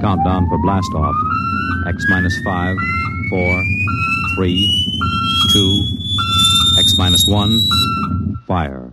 Countdown for blast off. X minus five, four, three, two, X minus one, fire.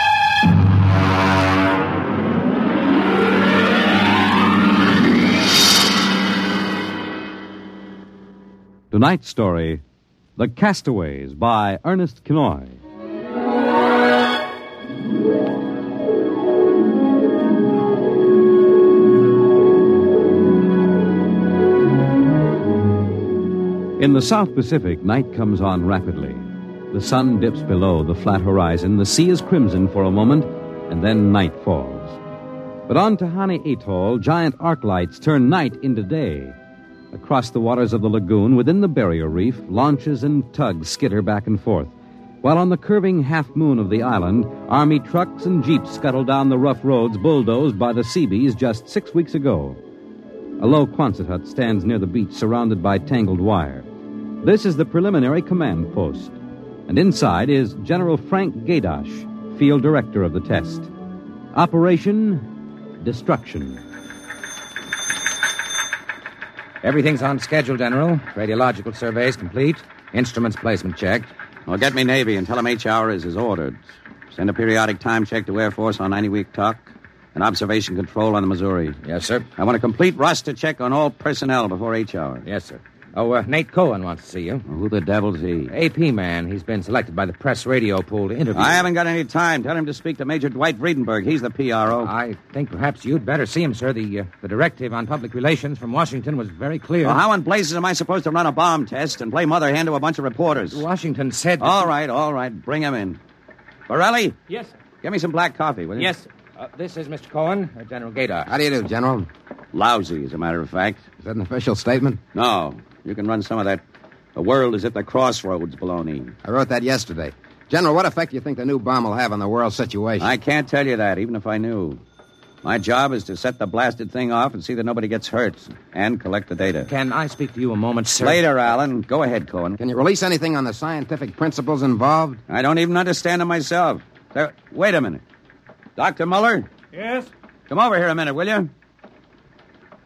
Tonight's story The Castaways by Ernest Kinoy. In the South Pacific, night comes on rapidly. The sun dips below the flat horizon, the sea is crimson for a moment, and then night falls. But on Tahani Atoll, giant arc lights turn night into day. Across the waters of the lagoon, within the barrier reef, launches and tugs skitter back and forth. While on the curving half moon of the island, army trucks and jeeps scuttle down the rough roads bulldozed by the Seabees just six weeks ago. A low Quonset hut stands near the beach, surrounded by tangled wire. This is the preliminary command post, and inside is General Frank Gaidosh, field director of the test. Operation Destruction. Everything's on schedule, General. Radiological surveys complete. Instruments placement checked. Well, get me Navy and tell them H hour is as ordered. Send a periodic time check to Air Force on 90 week talk and observation control on the Missouri. Yes, sir. I want a complete roster check on all personnel before H hour. Yes, sir. Oh, uh, Nate Cohen wants to see you. Who the devil's he? AP man. He's been selected by the press radio pool to interview. I haven't got any time. Tell him to speak to Major Dwight Friedenberg. He's the PRO. I think perhaps you'd better see him, sir. The uh, the directive on public relations from Washington was very clear. Well, how in blazes am I supposed to run a bomb test and play mother hen to a bunch of reporters? Washington said. that- All right, all right. Bring him in. Borelli, Yes, sir. get me some black coffee, will you? Yes, sir. Uh, this is Mr. Cohen, uh, General Gator. How do you do, General? Lousy, as a matter of fact. Is that an official statement? No, you can run some of that. The world is at the crossroads, baloney. I wrote that yesterday. General, what effect do you think the new bomb will have on the world situation? I can't tell you that, even if I knew. My job is to set the blasted thing off and see that nobody gets hurt and collect the data. Can I speak to you a moment, sir? Later, Alan. Go ahead, Cohen. Can you release anything on the scientific principles involved? I don't even understand it myself. There- wait a minute. Dr. Muller, Yes? come over here a minute, will you?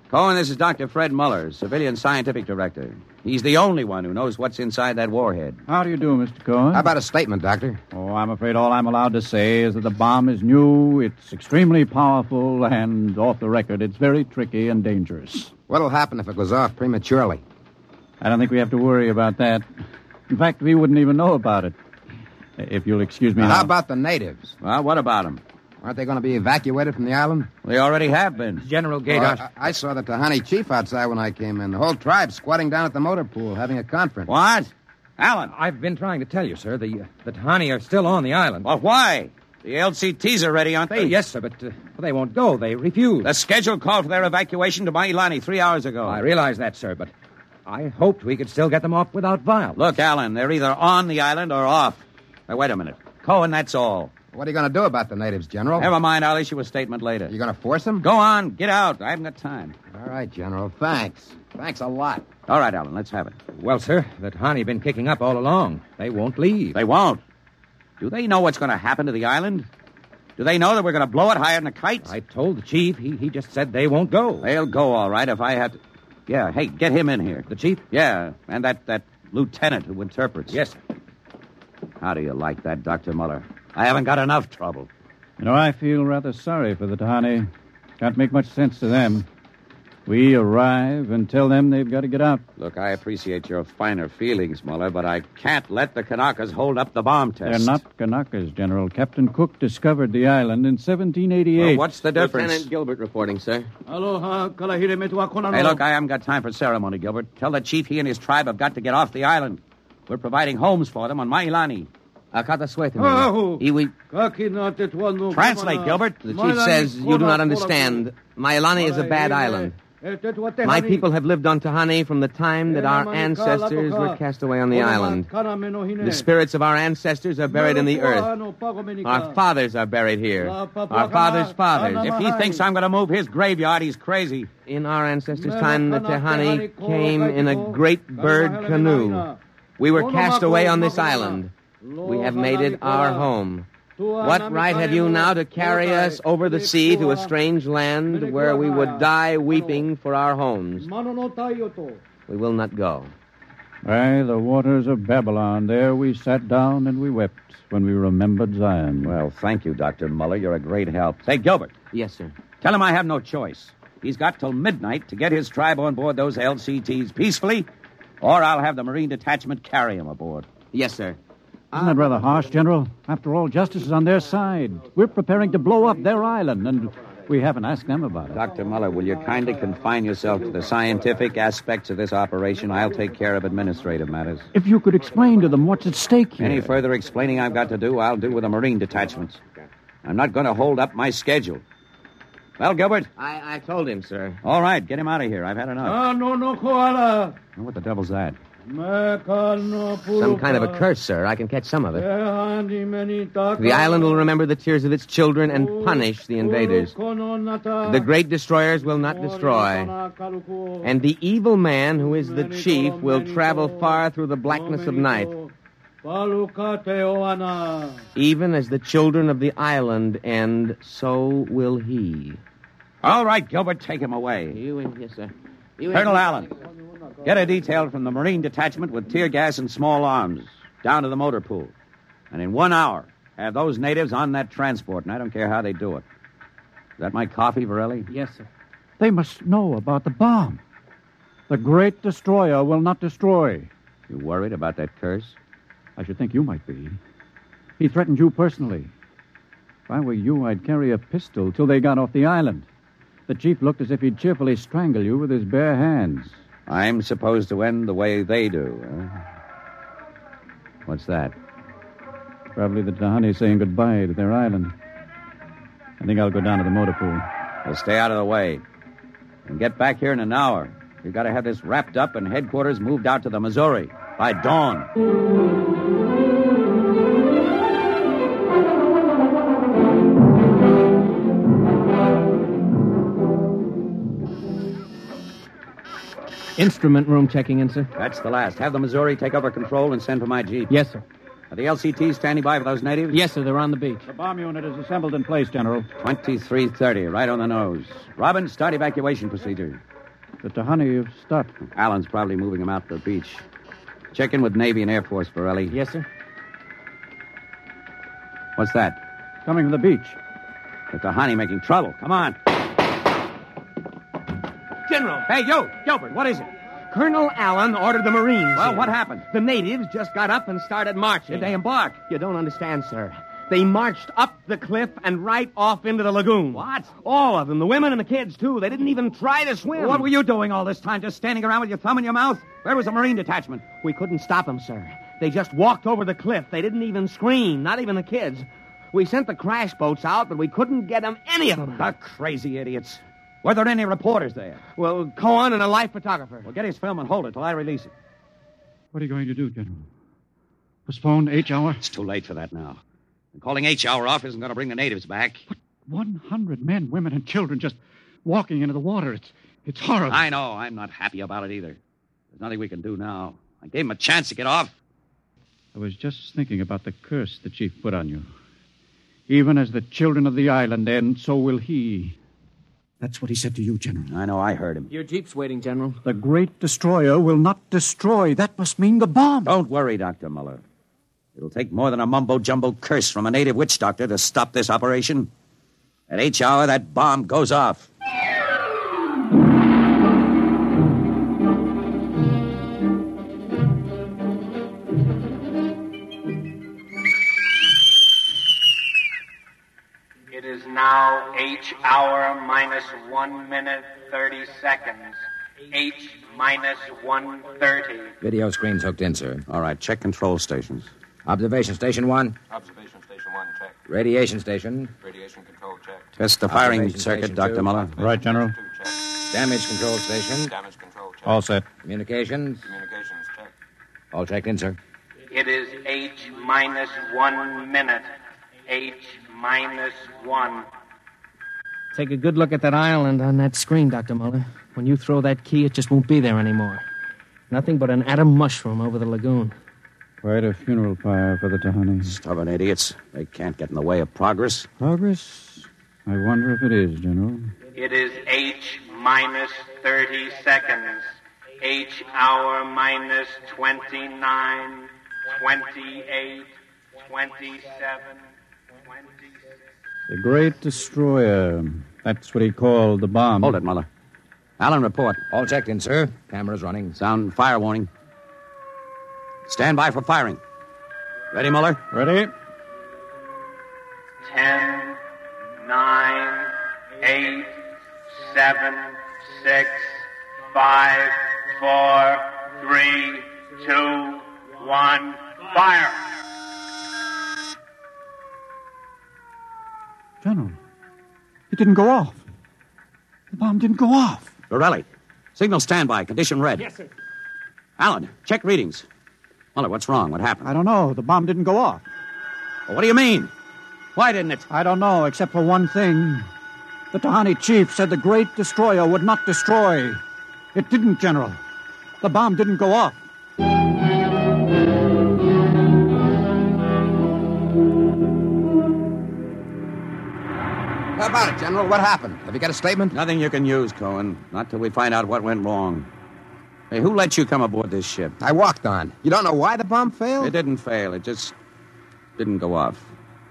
Cohen, this is Dr. Fred Muller, civilian scientific director. He's the only one who knows what's inside that warhead. How do you do, Mr. Cohen? How about a statement, Doctor? Oh, I'm afraid all I'm allowed to say is that the bomb is new, it's extremely powerful, and off the record, it's very tricky and dangerous. What'll happen if it goes off prematurely? I don't think we have to worry about that. In fact, we wouldn't even know about it. If you'll excuse me. Now, now. how about the natives? Well, what about him? Aren't they going to be evacuated from the island? They already have been. General Well, Gator. I, I saw the Tahani chief outside when I came in. The whole tribe squatting down at the motor pool having a conference. What? Alan. I've been trying to tell you, sir. The uh, the Tahani are still on the island. Well, why? The LCTs are ready, aren't they? Hey, yes, sir, but uh, they won't go. They refuse. The schedule called for their evacuation to Mailani three hours ago. I realize that, sir, but I hoped we could still get them off without violence. Look, Alan, they're either on the island or off. Now, wait a minute. Cohen, that's all. What are you going to do about the natives, Oh. General? Never mind, I'll issue a statement later. You going to force them? Go on, get out. I haven't got time. All right, General. Thanks. Thanks a lot. All right, Alan, let's have it. Well, sir, the Tahani been kicking up all along. They won't leave. They won't. Do they know what's going to happen to the island? Do they know that we're going to blow it higher than a kite? I told the chief. He, he just said they won't go. They'll go, all right, if I had to. Yeah, hey, get him in here. The chief? Yeah, and that, that lieutenant who interprets. Yes, sir. How do you like that, Dr. Muller? I haven't got enough trouble. You know, I feel rather sorry for the Tahani. Can't make much sense to them. We arrive and tell them they've got to get out. Look, I appreciate your finer feelings, Muller, but I can't let the Kanakas hold up the bomb test. They're not Kanakas, General. Captain Cook discovered the island in 1788. Well, what's the difference? Lieutenant Gilbert reporting, sir. Aloha, kalahiremetua konano. Hey, look, I haven't got time for ceremony, Gilbert. Tell the chief he and his tribe have got to get off the island. We're providing homes for them on Mailani. Akata Swetha. Oh. Iwi. Translate, Gilbert. The chief says you do not understand. Mailani is a bad island. e My people have lived on Tahane from the time that our ancestors were cast away on the island. The spirits of our ancestors are buried in the earth. uh, Our fathers are buried here. Our fathers' fathers. If he thinks I'm going to move his graveyard, he's crazy. In our ancestors' time, the Tehani came in a great bird canoe. We were cast away on this island. We have made it our home. What right have you now to carry us over the sea to a strange land where we would die weeping for our homes? We will not go. By the waters of Babylon, there we sat down and we wept when we remembered Zion. Well, thank you, Dr. Muller. You're a great help. Say, Gilbert, Yes, sir. tell him I have no choice. He's got till midnight to get his tribe on board those LCTs peacefully, or I'll have the Marine detachment carry him aboard. Yes, sir. Isn't that rather harsh, General? After all, justice is on their side. We're preparing to blow up their island, and we haven't asked them about it. Dr. Muller, will you kindly confine yourself to the scientific aspects of this operation? I'll take care of administrative matters. If you could explain to them what's at stake here. Any further explaining I've got to do, I'll do with the Marine detachments. I'm not going to hold up my schedule. Well, Gilbert, I, I told him, sir. all right, get him out of here. I've had enough. no, no, koala. Now, What the devil's that? Some Some kind of a curse, sir. I can catch some of it. The island will remember the tears of its children and punish the invaders. The great destroyers will not destroy. And the evil man, who is the chief, will travel far through the blackness of night, even as the children of the island end, so will he. All right, Gilbert, take him away. You in here, sir. Colonel Allen, get a detail from the Marine detachment with tear gas and small arms down to the motor pool. And in one hour, have those natives on that transport, and I don't care how they do it. Is that my coffee, Varelli? Yes, sir. They must know about the bomb. The great destroyer will not destroy. You worried about that curse? I should think you might be. He threatened you personally. If I were you, I'd carry a pistol till they got off the island. The chief looked as if he'd cheerfully strangle you with his bare hands. I'm supposed to end the way they do. Huh? What's that? Probably the Tahani saying goodbye to their island. I think I'll go down to the motor pool. Well, stay out of the way. And get back here in an hour. We've got to have this wrapped up and headquarters moved out to the Missouri by dawn. Instrument room checking in, sir. That's the last. Have the Missouri take over control and send for my jeep. Yes, sir. Are the LCTs standing by for those natives? Yes, sir. They're on the beach. The bomb unit is assembled in place, General. 2330, right on the nose. Robin, start evacuation procedure. The Tahani have stopped. Alan's probably moving them out to the beach. Check in with Navy and Air Force, Borelli. Yes, sir. What's that? Coming from the beach. The Tahani making trouble. Come on. General, Hey, you, Gilbert, what is it? Colonel Allen ordered the Marines. Well, in. what happened? The natives just got up and started marching. Did they embark? You don't understand, sir. They marched up the cliff and right off into the lagoon. What? All of them, the women and the kids, too. They didn't even try to swim. What were you doing all this time, just standing around with your thumb in your mouth? Where was the Marine detachment? We couldn't stop them, sir. They just walked over the cliff. They didn't even scream, not even the kids. We sent the crash boats out, but we couldn't get them, any of them. The crazy idiots. Were there any reporters there? Well, Cohen and a life photographer. Well, get his film and hold it till I release it. What are you going to do, General? Postpone H hour? It's too late for that now. And calling H hour off isn't going to bring the natives back. 100 men, women, and children just walking into the water. It's, it's horrible. I know. I'm not happy about it either. There's nothing we can do now. I gave him a chance to get off. I was just thinking about the curse the chief put on you. Even as the children of the island end, so will he. That's what he said to you, General. I know. I heard him. Your jeep's waiting, General. The great destroyer will not destroy. That must mean the bomb. Don't worry, Dr. Muller. It'll take more than a mumbo jumbo curse from a native witch doctor to stop this operation. At H hour, that bomb goes off. It is now H hour minus one minute, 30 seconds. H minus 130. Video screen's hooked in, sir. All right, check control stations. Observation station one. Observation station one, check. Radiation station. Radiation control, check. Test the firing Observation circuit, station Dr. two. Muller. Right, General. Two, check. Damage control station. Damage control, check. All set. Communications. Communications, check. All checked in, sir. It is H minus one minute. H minus one. Take a good look at that island on that screen, Dr. Muller. When you throw that key, it just won't be there anymore. Nothing but an atom mushroom over the lagoon. Quite a funeral pyre for the Tahani. Stubborn idiots. They can't get in the way of progress. Progress? I wonder if it is, General. It is H minus 30 seconds. H hour minus 29, 28, 27, 26. The Great Destroyer. That's what he called the bomb. Hold it, Muller. Allen, report. All checked in, sir. Cameras running. Sound fire warning. Stand by for firing. Ready, Muller? Ready? 10, 9, 8, 7, 6, 5, 4, 3, 2, 1, fire! General, it didn't go off. The bomb didn't go off. Borelli, signal standby, condition red. Yes, sir. Allen, check readings. Muller, what's wrong? What happened? I don't know. The bomb didn't go off. Well, what do you mean? Why didn't it? I don't know, except for one thing. The Tahani chief said the great destroyer would not destroy. It didn't, General. The bomb didn't go off. How about it, General? What happened? Have you got a statement? Nothing you can use, Cohen. Not till we find out what went wrong. Hey, who let you come aboard this ship? I walked on. You don't know why the bomb failed? It didn't fail. It just didn't go off.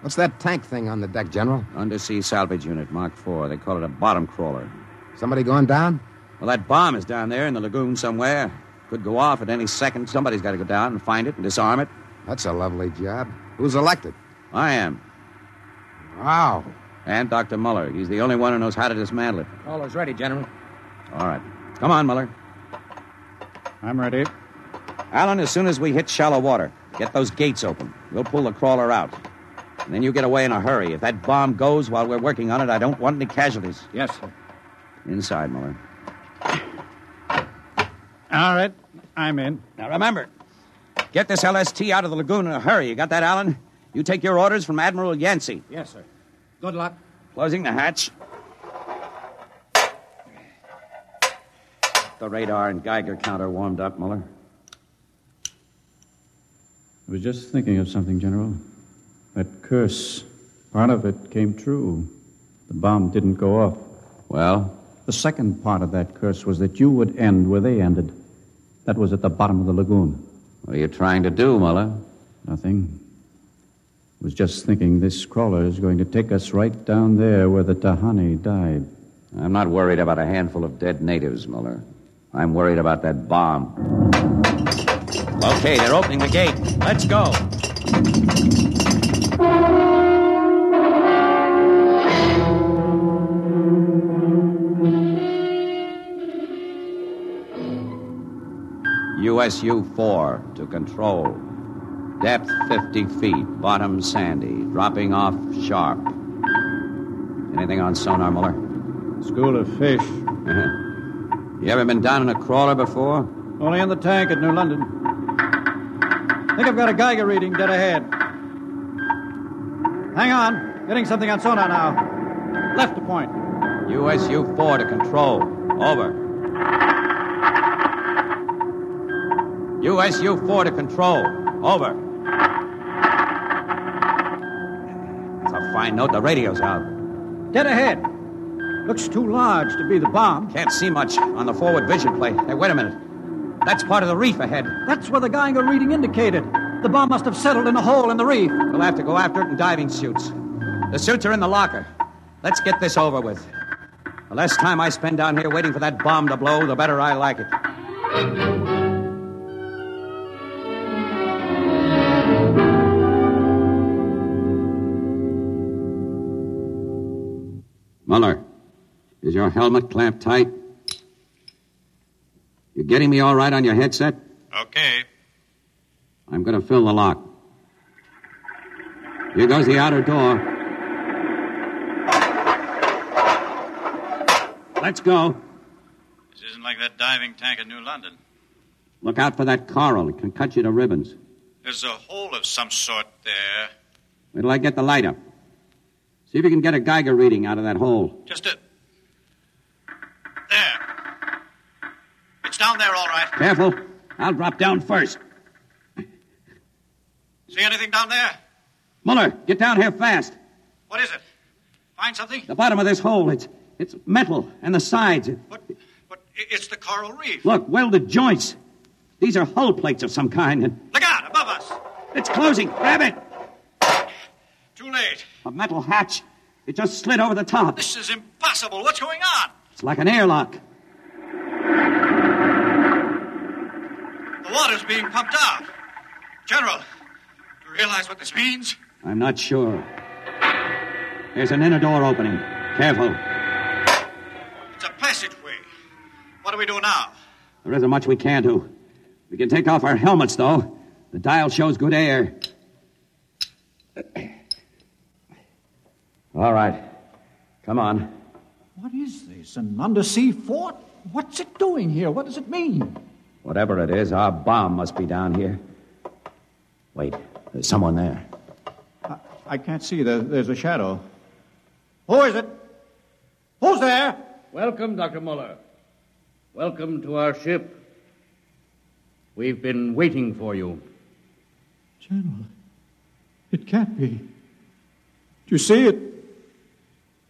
What's that tank thing on the deck, General? Undersea salvage unit, Mark IV. They call it a bottom crawler. Somebody going down? Well, that bomb is down there in the lagoon somewhere. Could go off at any second. Somebody's got to go down and find it and disarm it. That's a lovely job. Who's elected? I am. Wow. And Dr. Muller. He's the only one who knows how to dismantle it. All is ready, General. All right. Come on, Muller. I'm ready. Alan, as soon as we hit shallow water, get those gates open. We'll pull the crawler out. And then you get away in a hurry. If that bomb goes while we're working on it, I don't want any casualties. Yes, sir. Inside, Muller. All right. I'm in. Now remember, get this LST out of the lagoon in a hurry. You got that, Alan? You take your orders from Admiral Yancey. Yes, sir. Good luck. Closing the hatch. The radar and Geiger counter warmed up, Muller. I was just thinking of something, General. That curse, part of it came true. The bomb didn't go off. Well, The second part of that curse was that you would end where they ended. That was at the bottom of the lagoon. what are you trying to do, Muller? Nothing. I was just thinking this crawler is going to take us right down there where the Tahani died. I'm not worried about a handful of dead natives, Muller. I'm worried about that bomb. Okay, they're opening the gate. Let's go. USU 4 to control. Depth 50 feet, bottom sandy, dropping off sharp. Anything on sonar, Muller? School of fish. You ever been down in a crawler before? Only in the tank at New London. Think I've got a Geiger reading dead ahead. Hang on. Getting something on sonar now. Left a point. USU 4 to control. Over. USU 4 to control. Over. That's a fine note. The radio's out. Dead ahead. Looks too large to be the bomb. Can't see much on the forward vision plate. Hey, wait a minute. That's part of the reef ahead. That's where the Geiger reading indicated. The bomb must have settled in a hole in the reef. We'll have to go after it in diving suits. The suits are in the locker. Let's get this over with. The less time I spend down here waiting for that bomb to blow, the better I like it. Muller, is your helmet clamped tight? You getting me all right on your headset? Okay. I'm going to fill the lock. Here goes the outer door. Let's go. This isn't like that diving tank in New London. Look out for that coral. It can cut you to ribbons. There's a hole of some sort there. Wait till I get the light up. See if you can get a Geiger reading out of that hole. Just a. There. It's down there, all right. Careful. I'll drop down first. See anything down there? Muller, get down here fast. What is it? Find something? The bottom of this hole, it's it's metal, and the sides. I- It's the coral reef. Look, welded joints. These are hull plates of some kind, and Look out, above us. it's closing. Grab it. Too late. A metal hatch. It just slid over the top. This is impossible. What's going on? It's like an airlock. The water's being pumped out. General, you realize what this means? I'm not sure. There's an inner door opening. Careful. It's a passageway. What do we do now? There isn't much we can do. We can take off our helmets, though. The dial shows good air. All right. Come on. What is this? An undersea fort? What's it doing here? What does it mean? Whatever it is, our bomb must be down here. Wait, there's someone there. I can't see. There, there's a shadow. Who is it? Who's there? Welcome, Dr. Muller. Welcome to our ship. We've been waiting for you. General, it can't be. Do you see it?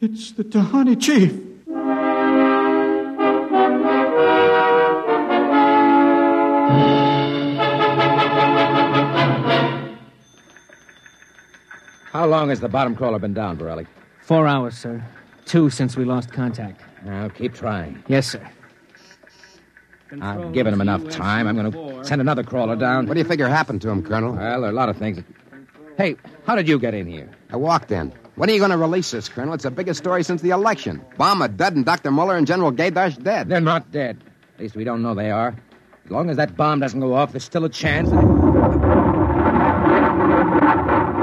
It's the Tahani chief. How long has the bottom crawler been down, Borelli? Four hours, sir. Two since we lost contact. Now, keep trying. Yes, sir. I've given him enough time. I'm going to send another crawler down. What do you figure happened to him, Colonel? Well, there are a lot of things. Hey, how did you get in here? I walked in. When are you going to release this, Colonel? It's the biggest story since the election. Bomber dead and Dr. Muller and General Gaydash dead. They're not dead. At least we don't know they are. As long as that bomb doesn't go off, there's still a chance. That...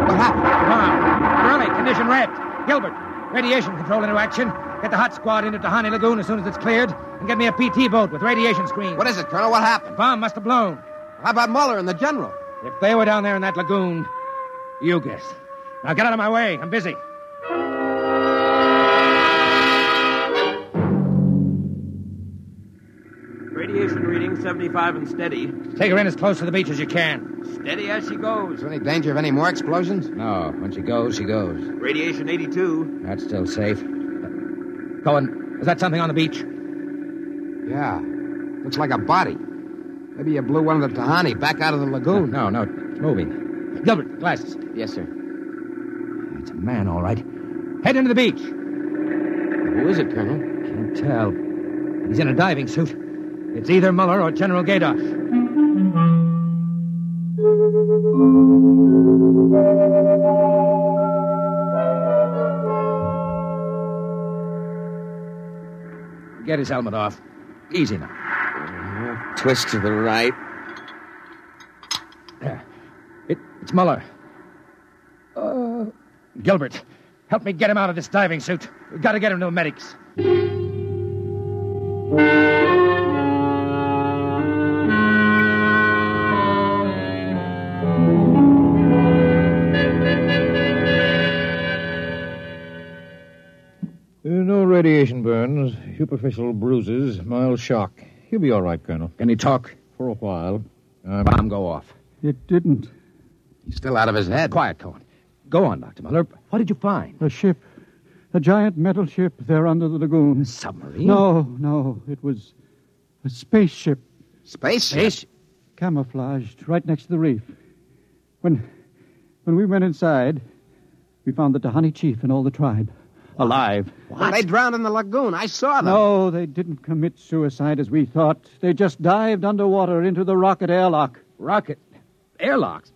What happened? Bomb. Burley, condition red. Gilbert, radiation control into action. Get the hot squad into Tahani Lagoon as soon as it's cleared, and get me a PT boat with radiation screens. What is it, Colonel? What happened? bomb must have blown. How about Muller and the General? If they were down there in that lagoon, you guess. Now get out of my way. I'm busy. Radiation reading 75 and steady. Take her in as close to the beach as you can. Steady as she goes. Any danger of any more explosions? No. When she goes, she goes. Radiation 82. That's still safe. Cohen, is that something on the beach? Yeah. Looks like a body. Maybe you blew one of the Tahani back out of the lagoon. Oh, No, no. It's moving. Gilbert, glasses. Yes, sir. It's a man, all right. Head into the beach. Who is it, Colonel? Can't tell. He's in a diving suit. It's either Muller or General Gadosh. Get his helmet off. Easy now. Uh, Twist to the right. There. It, it's Muller. Uh, Gilbert, help me get him out of this diving suit. We've got to get him to the medics. Uh, No radiation burns, superficial bruises, mild shock. He'll be all right, Colonel. Can he talk? Um, For a while. Bomb go off. It didn't. He's still out of his head. Quiet, Cohen. Go on, Dr. Muller. What did you find? A ship. A giant metal ship there under the lagoon. A submarine? No, no. It was a spaceship. Spaceship? Camouflaged right next to the reef. When, when we went inside, we found the Tahani chief and all the tribe. Alive. What? They drowned in the lagoon. I saw them. No, they didn't commit suicide as we thought. They just dived underwater into the rocket airlock. Rocket airlocks?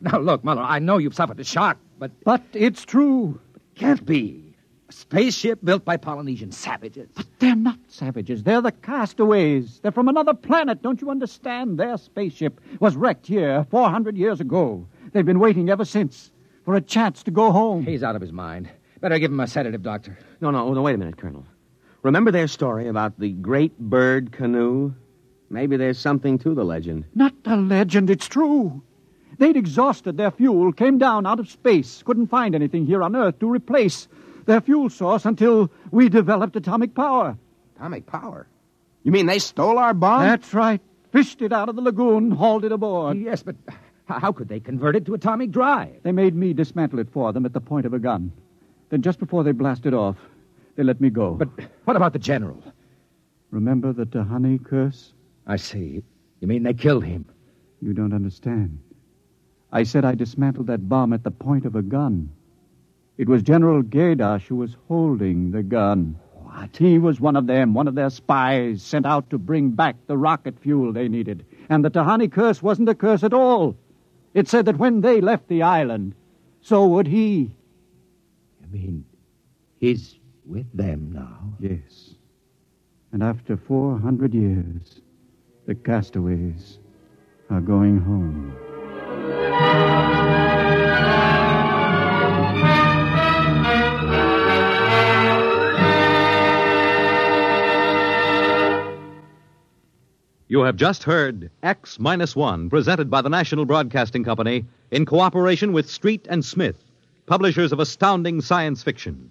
Now, look, Muller, I know you've suffered a shock, but. But it's true. Can't be. A spaceship built by Polynesian savages. They're not savages. They're the castaways. They're from another planet. Don't you understand? Their spaceship was wrecked here 400 years ago. They've been waiting ever since for a chance to go home. He's out of his mind. Better give him a sedative, Doctor. No, oh, no, no, wait a minute, Colonel. Remember their story about the great bird canoe? Maybe there's something to the legend. Not a legend. It's true. They'd exhausted their fuel, came down out of space, couldn't find anything here on Earth to replace their fuel source until we developed atomic power. Atomic power? You mean they stole our bomb? That's right. Fished it out of the lagoon, hauled it aboard. Yes, but h- how could they convert it to atomic drive? They made me dismantle it for them at the point of a gun. Then, just before they blasted off, they let me go. But what about the general? Remember the Tahani curse? I see. You mean they killed him? You don't understand. I said I dismantled that bomb at the point of a gun. It was General Gaidash who was holding the gun. What? He was one of them, one of their spies sent out to bring back the rocket fuel they needed. And the Tahani curse wasn't a curse at all. It said that when they left the island, so would he. You mean he's with them now? Yes. And after 400 years, the castaways are going home. You have just heard X Minus One, presented by the National Broadcasting Company in cooperation with Street and Smith, publishers of astounding science fiction.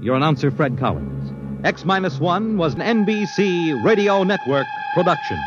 Your announcer, Fred Collins. X Minus One was an NBC Radio Network production.